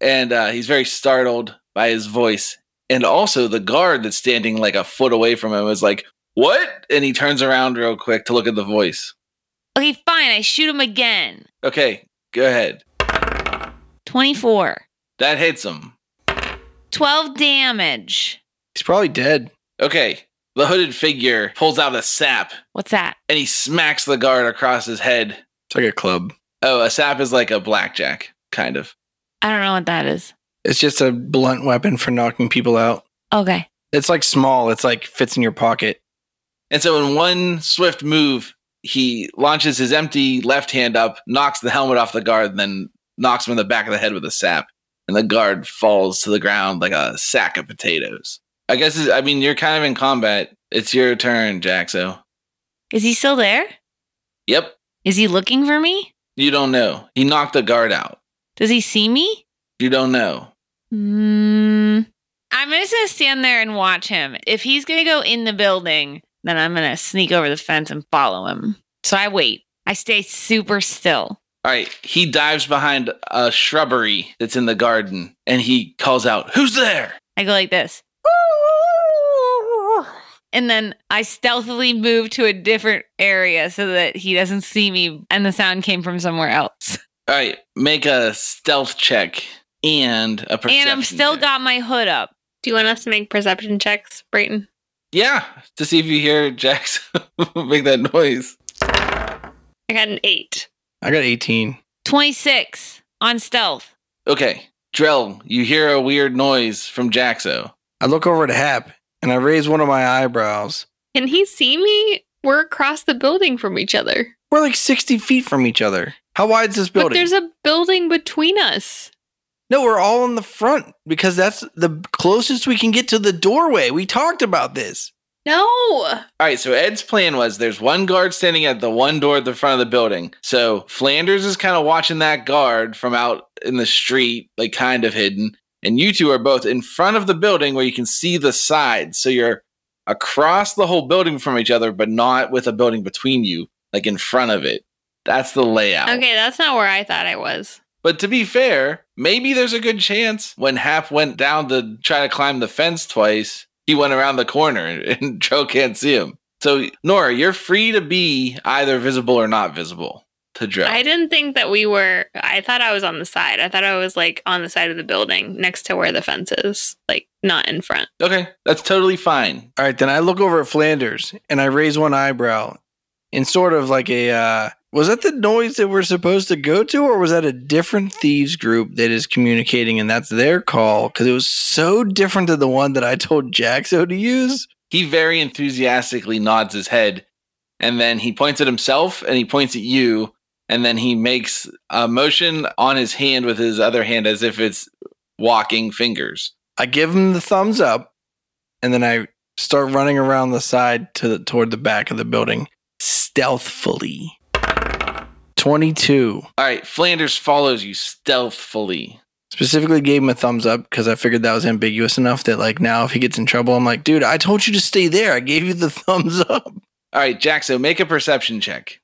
And uh, he's very startled by his voice. And also the guard that's standing like a foot away from him is like, What? And he turns around real quick to look at the voice.
Okay, fine. I shoot him again.
Okay, go ahead.
24.
That hits him.
12 damage.
He's probably dead.
Okay, the hooded figure pulls out a sap
What's that?
and he smacks the guard across his head.
It's like a club.
Oh, a sap is like a blackjack, kind of.
I don't know what that is.
It's just a blunt weapon for knocking people out.
Okay.
It's like small. It's like fits in your pocket.
And so, in one swift move, he launches his empty left hand up, knocks the helmet off the guard, and then knocks him in the back of the head with a sap. And the guard falls to the ground like a sack of potatoes. I guess, it's, I mean, you're kind of in combat. It's your turn, Jaxo.
Is he still there?
Yep.
Is he looking for me?
You don't know. He knocked the guard out.
Does he see me?
You don't know.
Mm, I'm just going to stand there and watch him. If he's going to go in the building, then I'm going to sneak over the fence and follow him. So I wait. I stay super still.
All right. He dives behind a shrubbery that's in the garden and he calls out, Who's there?
I go like this. And then I stealthily move to a different area so that he doesn't see me and the sound came from somewhere else. (laughs)
All right. Make a stealth check and a perception.
and I'm still
check.
got my hood up.
Do you want us to make perception checks, Brayton?
Yeah. To see if you hear Jax (laughs) make that noise.
I got an eight.
I got 18.
26 on stealth.
Okay. Drell, you hear a weird noise from Jaxo.
I look over at Hap and I raise one of my eyebrows.
Can he see me? We're across the building from each other.
We're like 60 feet from each other. How wide's this
But
building?
there's a building between us.
no, we're all in the front because that's the closest we can get to the doorway. We talked about this.
No.
All right, so Ed's plan was there's one guard standing at the one door at the front of the building. So Flanders is kind of watching that guard from out in the street, like kind of hidden. And you two are both in front of the building where you can see the sides. So you're across the whole building from each other, but not with a building between you, like in front of it. That's the layout.
Okay, that's not where I thought I was.
But to be fair, maybe there's a good chance when Hap went down to try to climb the fence twice, he went around the corner (laughs) and Joe can't see him. So, Nora, you're free to be either visible or not visible to Joe.
I didn't think that we were. I thought I was on the side. I thought I was like on the side of the building next to where the fence is, like not in front.
okay, that's totally fine.
All right, then I look over at Flanders and I raise one eyebrow in sort of like a uh, was that the noise that we're supposed to go to, or was that a different thieves group that is communicating and that's their call? Because it was so different than the one that I told Jaxo to use.
He very enthusiastically nods his head and then he points at himself and he points at you and then he makes a motion on his hand with his other hand as if it's walking fingers.
I give him the thumbs up, and then I start running around the side to the, toward the back of the building stealthfully. Twenty-two.
All right, Flanders follows you stealthfully.
specifically gave him a thumbs up because I figured that was ambiguous enough that like now if he gets in trouble, I'm like, dude, I told you to stay there. I gave you the (laughs) thumbs up.
All right, Jaxo, make a perception check.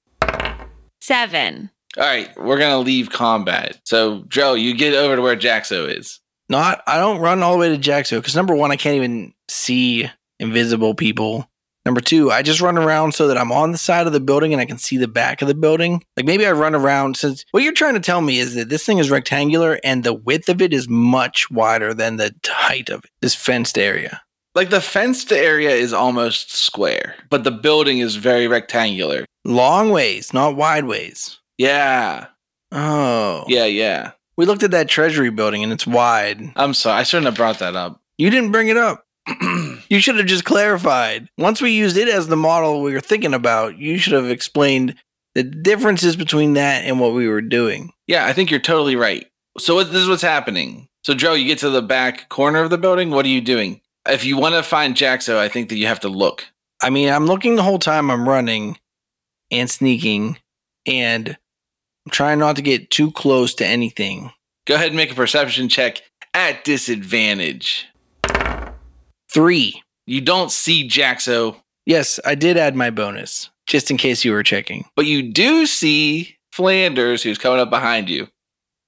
Seven.
All right, we're gonna leave combat. So, Joe, you get over to where Jaxo is.
Not I don't run all the way to Jackson because number one, I can't even see invisible people. Number two, I just run around so that I'm on the side of the building and I can see the back of the building. Like maybe I run around since what you're trying to tell me is that this thing is rectangular and the width of it is much wider than the height of it, this fenced area.
Like the fenced area is almost square, but the building is very rectangular.
Long ways, not wide ways.
Yeah,
Oh.
yeah, yeah.
We looked at that treasury building and it's wide.
I'm sorry, I shouldn't have brought that up.
You didn't bring it up. (clears throat) you should have just clarified. Once we used it as the model we were thinking about, you should have explained the differences between that and what we were doing.
Yeah, I think you're totally right. So what, this is what's happening. So Joe, you get to the back corner of the building. What are you doing? If you want to find Jaxo, I think that you have to look.
I mean, I'm looking the whole time I'm running and sneaking and I'm trying not to get too close to anything.
Go ahead and make a perception check at disadvantage.
Three.
You don't see Jaxo,
Yes, I did add my bonus just in case you were checking.
but you do see Flanders, who's coming up behind you,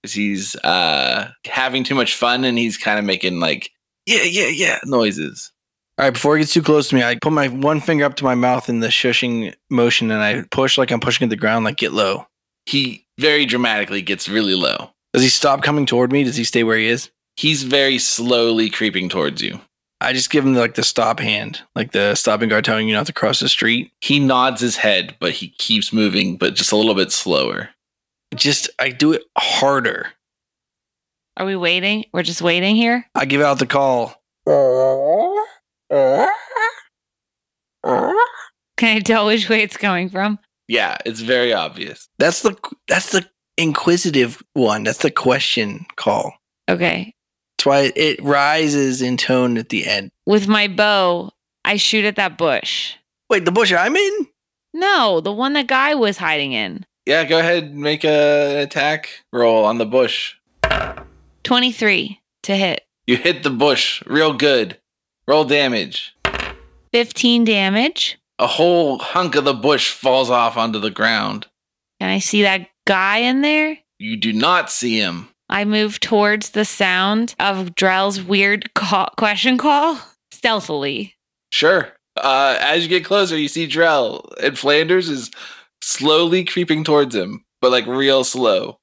'cause he's uh, having too much fun and he's kind of making like yeah, yeah, yeah noises.
All right, before it gets too close to me, I put my one finger up to my mouth in the shushing motion and I push like I'm pushing at the ground, like get low.
He very dramatically gets really low.
Does he stop coming toward me? Does he stay where he is?
He's very slowly creeping towards you.
I just give him like the stop hand, like the stopping guard telling you not to cross the street.
He nods his head, but he keeps moving, but just a little bit slower.
Just I do it harder.
Are we waiting? We're just waiting here.
I give out the call.
Can I tell which way it's coming from?
Yeah, it's very obvious.
That's the that's the inquisitive one. That's the question call.
Okay.
That's why it rises in tone at the end.
With my bow, I shoot at that bush.
Wait, the bush I'm in?
No, the one that guy was hiding in.
Yeah, go ahead and make a attack roll on the bush.
23 to hit.
You hit the bush real good. Roll damage.
15 damage.
A whole hunk of the bush falls off onto the ground.
Can I see that guy in there?
You do not see him.
I move towards the sound of Drell's weird call, question call stealthily.
Sure. Uh, as you get closer, you see Drell, and Flanders is slowly creeping towards him, but like real slow.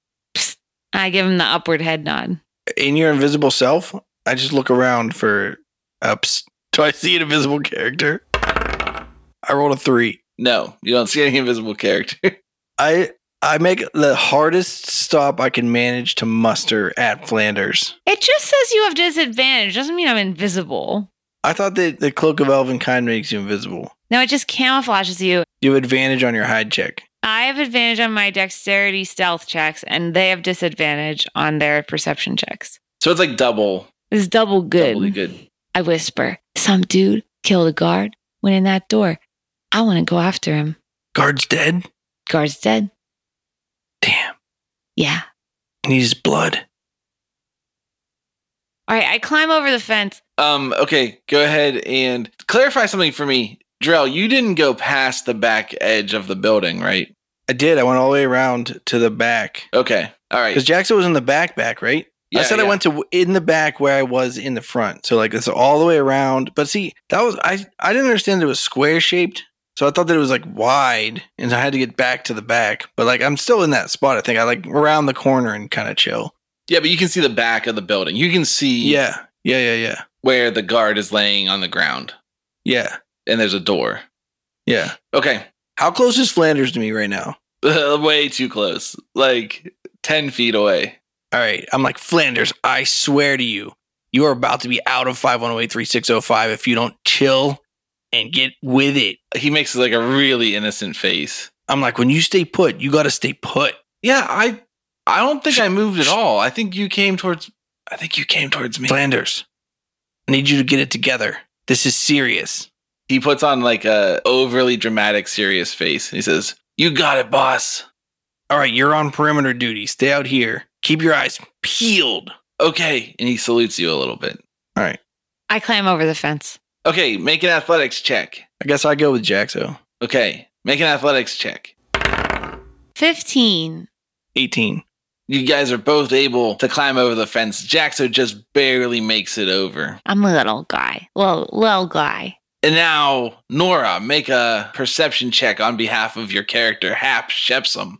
I give him the upward head nod.
In your invisible self? I just look around for ups. (laughs) Do I see an invisible character? I rolled a three.
No, you don't see any invisible character. (laughs)
I I make the hardest stop I can manage to muster at Flanders.
It just says you have disadvantage. Doesn't mean I'm invisible.
I thought that the cloak of elven kind makes you invisible.
No, it just camouflages you.
You have advantage on your hide check.
I have advantage on my dexterity stealth checks, and they have disadvantage on their perception checks.
so it's like double.
This is double good.
Doubly good.
I whisper, Some dude killed a guard, went in that door. I want to go after him.
Guard's dead.
Guard's dead.
Damn,
Yeah.
needs his blood.
All right, I climb over the fence.
Um, okay, go ahead and clarify something for me. Drell, you didn't go past the back edge of the building, right?
I did. I went all the way around to the back
Okay. All right.
because Jackson was in the back, back, right? I
Yeah,
said I
yeah.
went to in the back where I was in the front. So like it's all the way around. But see, that was I I didn't understand it was square shaped. So I thought that it was like wide and I had to get back to the back. But like I'm still in that spot. I think I like around the corner and kind of chill.
Yeah, but you can see the back of the building. You can see
Yeah. Yeah, yeah, yeah.
where the guard is laying on the ground
Yeah.
and there's a door.
Yeah.
Okay. (laughs)
How close is Flanders to me right now?
Way too close. Like 10 feet away.
All right. I'm like, Flanders, I swear to you, you are about to be out of 510-83605 if you don't chill and get with it.
He makes like a really innocent face.
I'm like, when you stay put, you got to stay put.
Yeah, I I don't think I moved at
sh-
all. I think you came towards I think you came towards me.
Flanders, I need you to get it together. This is serious.
He puts on like a overly dramatic serious face. He says, "You got it, boss."
All right, you're on perimeter duty. Stay out here. Keep your eyes peeled.
Okay, and he salutes you a little bit.
I climb over the fence.
Okay, make an athletics check.
I guess I go with Jaxo.
Okay, make an athletics check.
15.
18.
You guys are both able to climb over the fence. Jaxo just barely makes it over.
I'm a little guy. Little, little guy.
And now, Nora, make a perception check on behalf of your character, Hap Shepsum.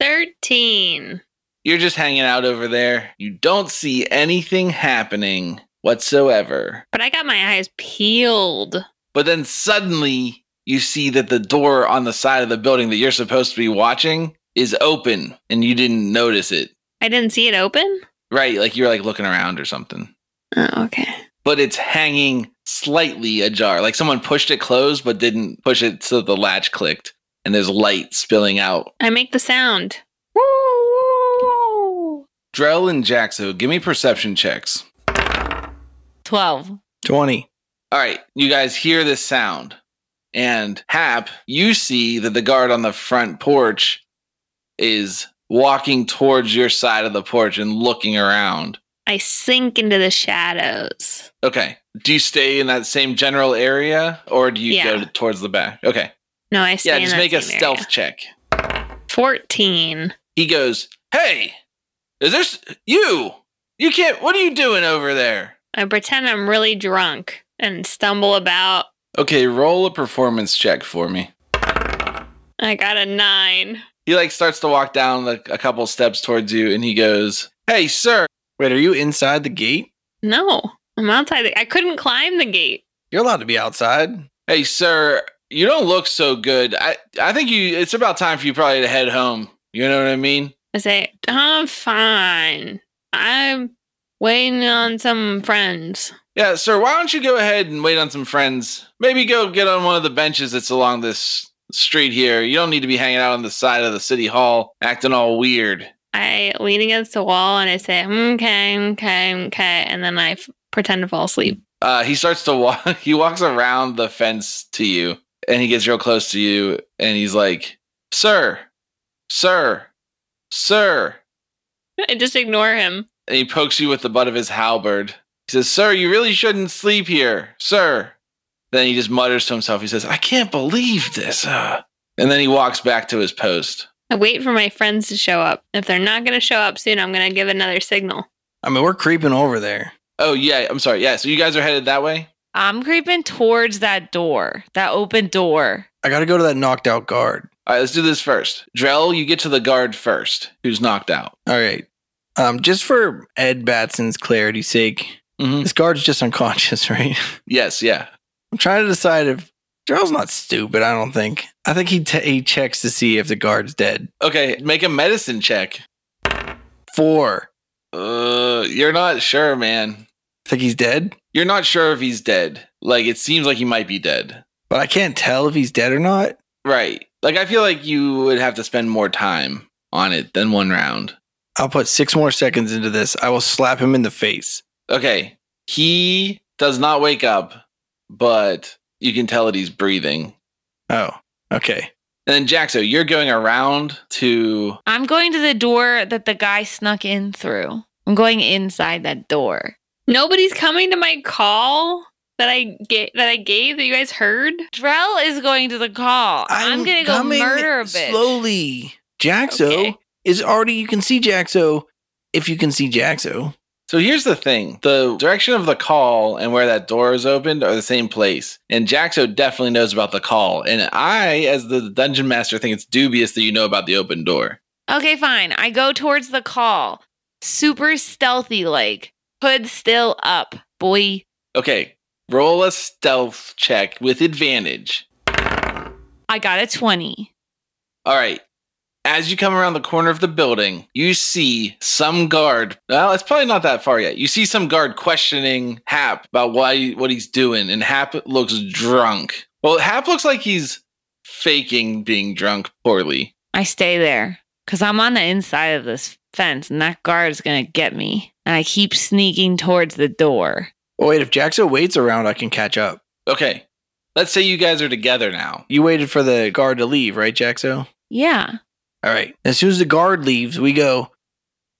13.
You're just hanging out over there. You don't see anything happening whatsoever.
But I got my eyes peeled.
But then suddenly, you see that the door on the side of the building that you're supposed to be watching is open and you didn't notice it.
I didn't see it open?
Right? Like you were like looking around or something.
Oh, okay.
But it's hanging slightly ajar. Like someone pushed it closed but didn't push it so the latch clicked and there's light spilling out.
I make the sound. Woo!
Drell and Jaxo, give me perception checks.
12.
20.
All right, you guys hear this sound. And Hap, you see that the guard on the front porch is walking towards your side of the porch and looking around.
I sink into the shadows.
Okay. Do you stay in that same general area or do you
Yeah.
go towards the back? Okay.
No, I stay
Yeah,
in
just
that
make a
same
stealth
area.
check.
14.
He goes, Hey, is this you? You can't, what are you doing over there?
I pretend I'm really drunk and stumble about.
Okay, roll a performance check for me.
I got a nine.
He like starts to walk down like a couple steps towards you and he goes, Hey, sir,
Wait, are you inside the gate?
No, I'm outside. The- I couldn't climb the gate.
You're allowed to be outside.
Hey, sir, you don't look so good. I, I think you. It's about time for you probably to head home. You You know what I mean?
I say, I'm fine. I'm waiting on some friends.
Yeah, sir, why don't you go ahead and wait on some friends? Maybe go get on one of the benches that's along this street here. You don't need to be hanging out on the side of the city hall acting all weird.
I lean against the wall and I say, okay, okay, okay. And then I f- pretend to fall asleep. (laughs)
Uh, he starts to walk. (laughs) He walks around the fence to you, and he gets real close to you, and he's like, "Sir, sir, sir."
I just ignore him.
And he pokes you with the butt of his halberd. He says, "Sir, you really shouldn't sleep here, sir." Then he just mutters to himself. He says, "I can't believe this." uh." And then he walks back to his post.
I wait for my friends to show up. If they're not going to show up soon, I'm going to give another signal.
I mean, we're creeping over there.
Oh yeah, I'm sorry. Yeah, so you guys are headed that way.
I'm creeping towards that door, that open door.
I gotta go to that knocked out guard.
All right, let's do this first. Drell, you get to the guard first, who's knocked out.
All right. Um, just for Ed Batson's clarity's sake,
Mm-hmm.
this guard's just unconscious, (laughs) right?
Yes, yeah.
I'm trying to decide if Gerald's not stupid. I don't think. I think he te- he checks to see if the guard's dead.
Okay, make a medicine check.
Four.
Uh, you're not sure, man.
I think he's dead,
You're not sure if he's dead. Like it seems like he might be dead.
but I can't tell if he's dead or not.
Right. Like I feel like you would have to spend more time on it than one round.
I'll put six more seconds into this. I will slap him in the face.
Okay. He does not wake up, but you can tell that he's breathing.
Oh, okay.
And then Jaxo, you're going around to
I'm going to the door that the guy snuck in through. I'm going inside that door.
Nobody's coming to my call that I get that I gave that you guys heard.
Drell is going to the call. I'm, gonna go
coming
murder a bitch.
Slowly. Jaxo
Okay.
is already. You can see Jaxo if you can see Jaxo.
So here's the thing the direction of the call and where that door is opened are the same place. And Jaxo definitely knows about the call. And I, as the dungeon master, think it's dubious that you know about the open door.
Okay, fine. I go towards the call. Super stealthy like. Hood still up, boy.
Okay, roll a stealth check with advantage.
I got a 20.
All right. As you come around the corner of the building, you see some guard. Well, it's probably not that far yet. You see some guard questioning Hap about why what he's doing, and Hap looks drunk. Well, Hap looks like he's faking being drunk poorly.
I stay there because I'm on the inside of this fence and that guard's going to get me. And I keep sneaking towards the door.
Oh, wait, if Jaxo waits around, I can catch up.
Okay. Let's say you guys are together now.
You waited for the guard to leave, right, Jaxo?
Yeah.
All right. As soon as the guard leaves, we go,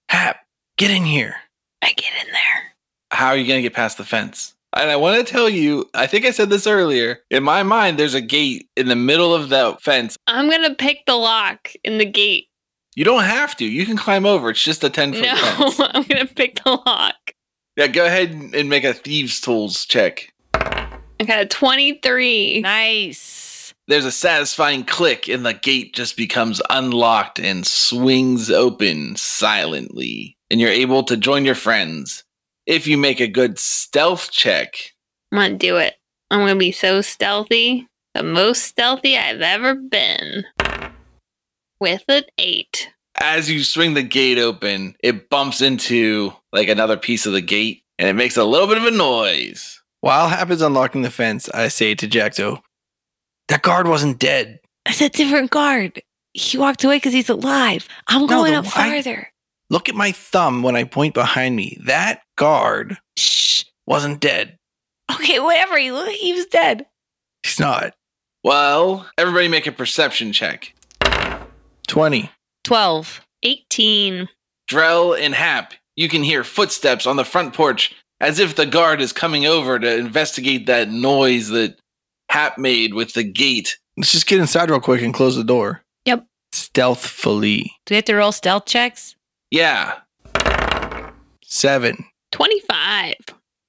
Hap, get in here.
I get in there.
How are you going to get past the fence? And I want to tell you, I think I said this earlier. In my mind, there's a gate in the middle of that fence.
I'm gonna pick the lock in the gate.
You don't have to. You can climb over. It's just a 10 foot
No, (laughs)
fence.
I'm gonna pick the lock.
Yeah, go ahead and make a thieves' tools check.
I got a 23.
Nice.
There's a satisfying click, and the gate just becomes unlocked and swings open silently. And you're able to join your friends if you make a good stealth check.
I'm gonna do it. I'm gonna be so stealthy. The most stealthy I've ever been. With an eight.
as you swing the gate open, it bumps into like another piece of the gate and it makes a little bit of a noise.
While Hap is unlocking the fence, I say to Jaxo, That guard wasn't dead.
That's a different guard. He walked away because he's alive. I'm going
the
up
wi-
farther.
Look at my thumb when I point behind me. That guard
Shh.
wasn't dead.
Okay, whatever. He, lo- he was dead.
He's not.
Well, everybody make a perception check.
20.
12.
18.
Drell and Hap, you can hear footsteps on the front porch as if the guard is coming over to investigate that noise that Hap made with the gate.
Let's just get inside real quick and close the door.
Yep.
Stealthfully.
Do we have to roll stealth checks?
Yeah.
Seven.
25.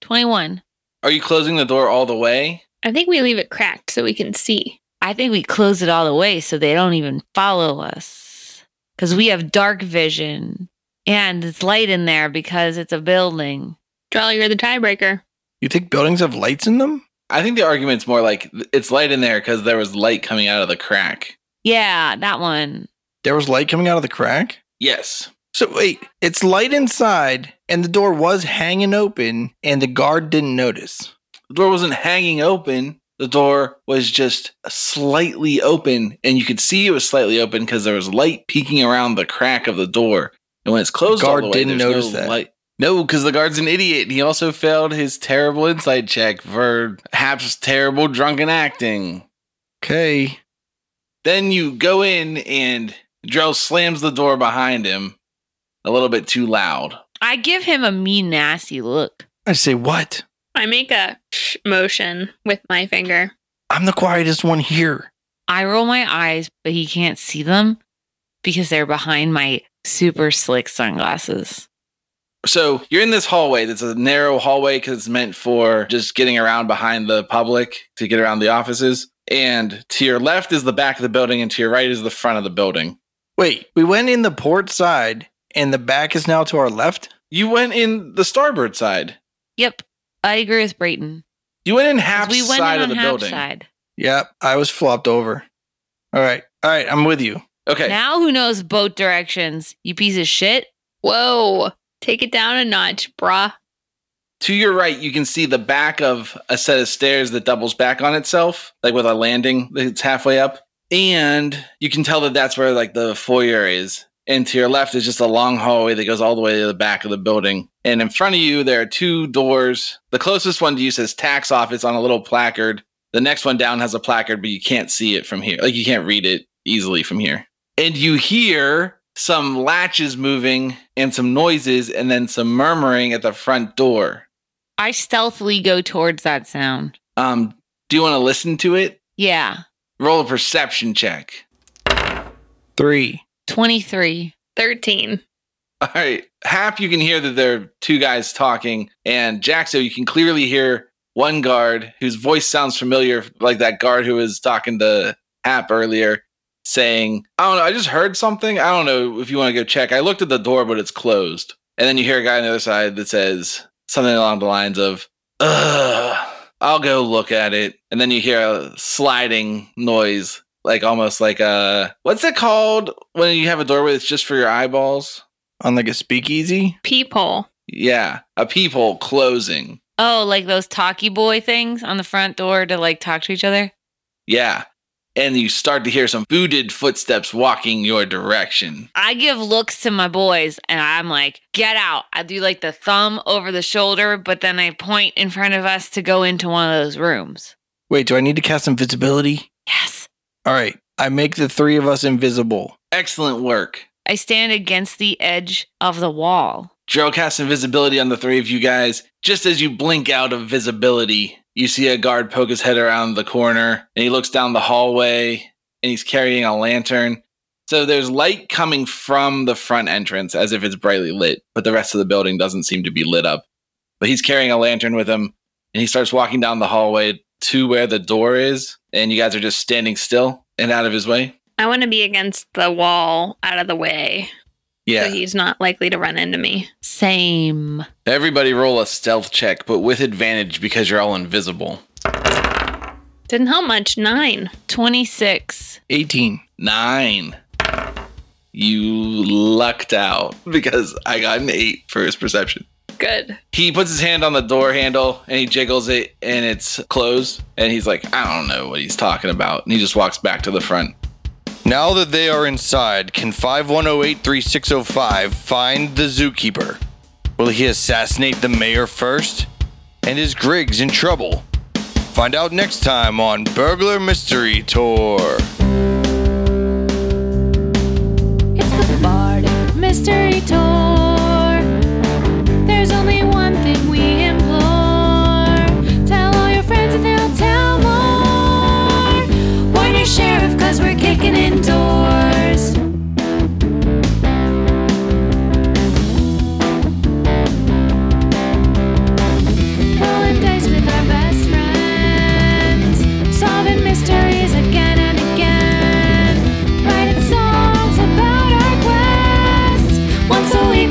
21.
Are you closing the door all the way?
I think we leave it cracked so we can see.
I think we close it all the way so they don't even follow us because we have dark vision and it's light in there because it's a building.
Drell, you're the tiebreaker.
You think buildings have lights in them?
I think the argument's more like th- it's light in there because there was light coming out of the crack.
Yeah, that one.
There was light coming out of the crack?
Yes.
So wait, it's light inside and the door was hanging open and the guard didn't notice.
The door wasn't hanging open. The door was just slightly open, and you could see it was slightly open because there was light peeking around the crack of the door. And when it's closed, all
guard
the way,
didn't
there's
notice
no
that.
Light. No, because the guard's an idiot, and he also failed his terrible insight check for Hap's terrible drunken acting.
Okay.
Then you go in, and Drell slams the door behind him a little bit too loud.
I give him a mean, nasty look.
I say, what?
I make a sh- motion with my finger.
I'm the quietest one here.
I roll my eyes, but he can't see them because they're behind my super slick sunglasses.
So you're in this hallway. That's a narrow hallway because it's meant for just getting around behind the public to get around the offices. And to your left is the back of the building, and to your right is the front of the building.
Wait, we went in the port side and the back is now to our left?
You went in the starboard side.
Yep, I agree with Brayton.
You went in
'Cause
half
We went
side
in
of
on
the
half
building.
side.
Yep, I was flopped over. All right. All right, I'm with you.
Okay.
Now who knows both directions? You piece of shit.
Whoa, take it down a notch, brah.
to your right, you can see the back of a set of stairs that doubles back on itself, like with a landing that's halfway up. And you can tell that that's where like the foyer is. And to your left is just a long hallway that goes all the way to the back of the building. And in front of you, there are two doors. The closest one to you says tax office on a little placard. The next one down has a placard, but you can't see it from here. Like you can't read it easily from here. And you hear some latches moving and some noises and then some murmuring at the front door.
I stealthily go towards that sound.
Um, do you want to listen to it?
Yeah,
Roll a perception check.
Three.
23.
13.
All right. Hap, you can hear that there are two guys talking, and Jaxo, you can clearly hear one guard whose voice sounds familiar, like that guard who was talking to Hap earlier, saying, I don't know, I just heard something. I don't know if you want to go check. I looked at the door, but it's closed. And then you hear a guy on the other side that says something along the lines of, Ugh, I'll go look at it. And then you hear a sliding noise, like almost like a, what's it called when you have a doorway that's just for your eyeballs?
On like a speakeasy?
Peephole.
Yeah, a peephole closing.
Oh, like those talkie boy things on the front door to like talk to each other?
Yeah. And you start to hear some booted footsteps walking your direction.
I give looks to my boys and I'm like, get out. I do like the thumb over the shoulder, but then I point in front of us to go into one of those rooms.
Wait, do I need to cast invisibility?
Yes.
All right. I make the three of us invisible.
Excellent work.
I stand against the edge of the wall.
Gerald casts invisibility on the three of you guys. Just as you blink out of visibility, you see a guard poke his head around the corner and he looks down the hallway and he's carrying a lantern. So there's light coming from the front entrance as if it's brightly lit, but the rest of the building doesn't seem to be lit up. But he's carrying a lantern with him and he starts walking down the hallway to where the door is. And you guys are just standing still and out of his way.
I want to be against the wall out of the way so
Yeah.
he's not likely to run into me.
Same.
Everybody roll a stealth check, but with advantage because you're all invisible.
Didn't help much. Nine.
26.
18.
Nine. You lucked out because I got an eight for his perception.
Good.
He puts his hand on the door handle and he jiggles it and it's closed. And he's like, I don't know what he's talking about. And he just walks back to the front.
Now that they are inside, can 51083605 find the zookeeper? Will he assassinate the mayor first? And is Griggs in trouble? Find out next time on Burglar Mystery Tour.
It's the Bardic Mystery Tour. There's only one thing we implore. Tell all your friends and they'll tell more. Warn your sheriff, cause we're kicking in doors. Rolling dice with our best friends. Solving mysteries again and again. Writing songs about our quest. Once a week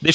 This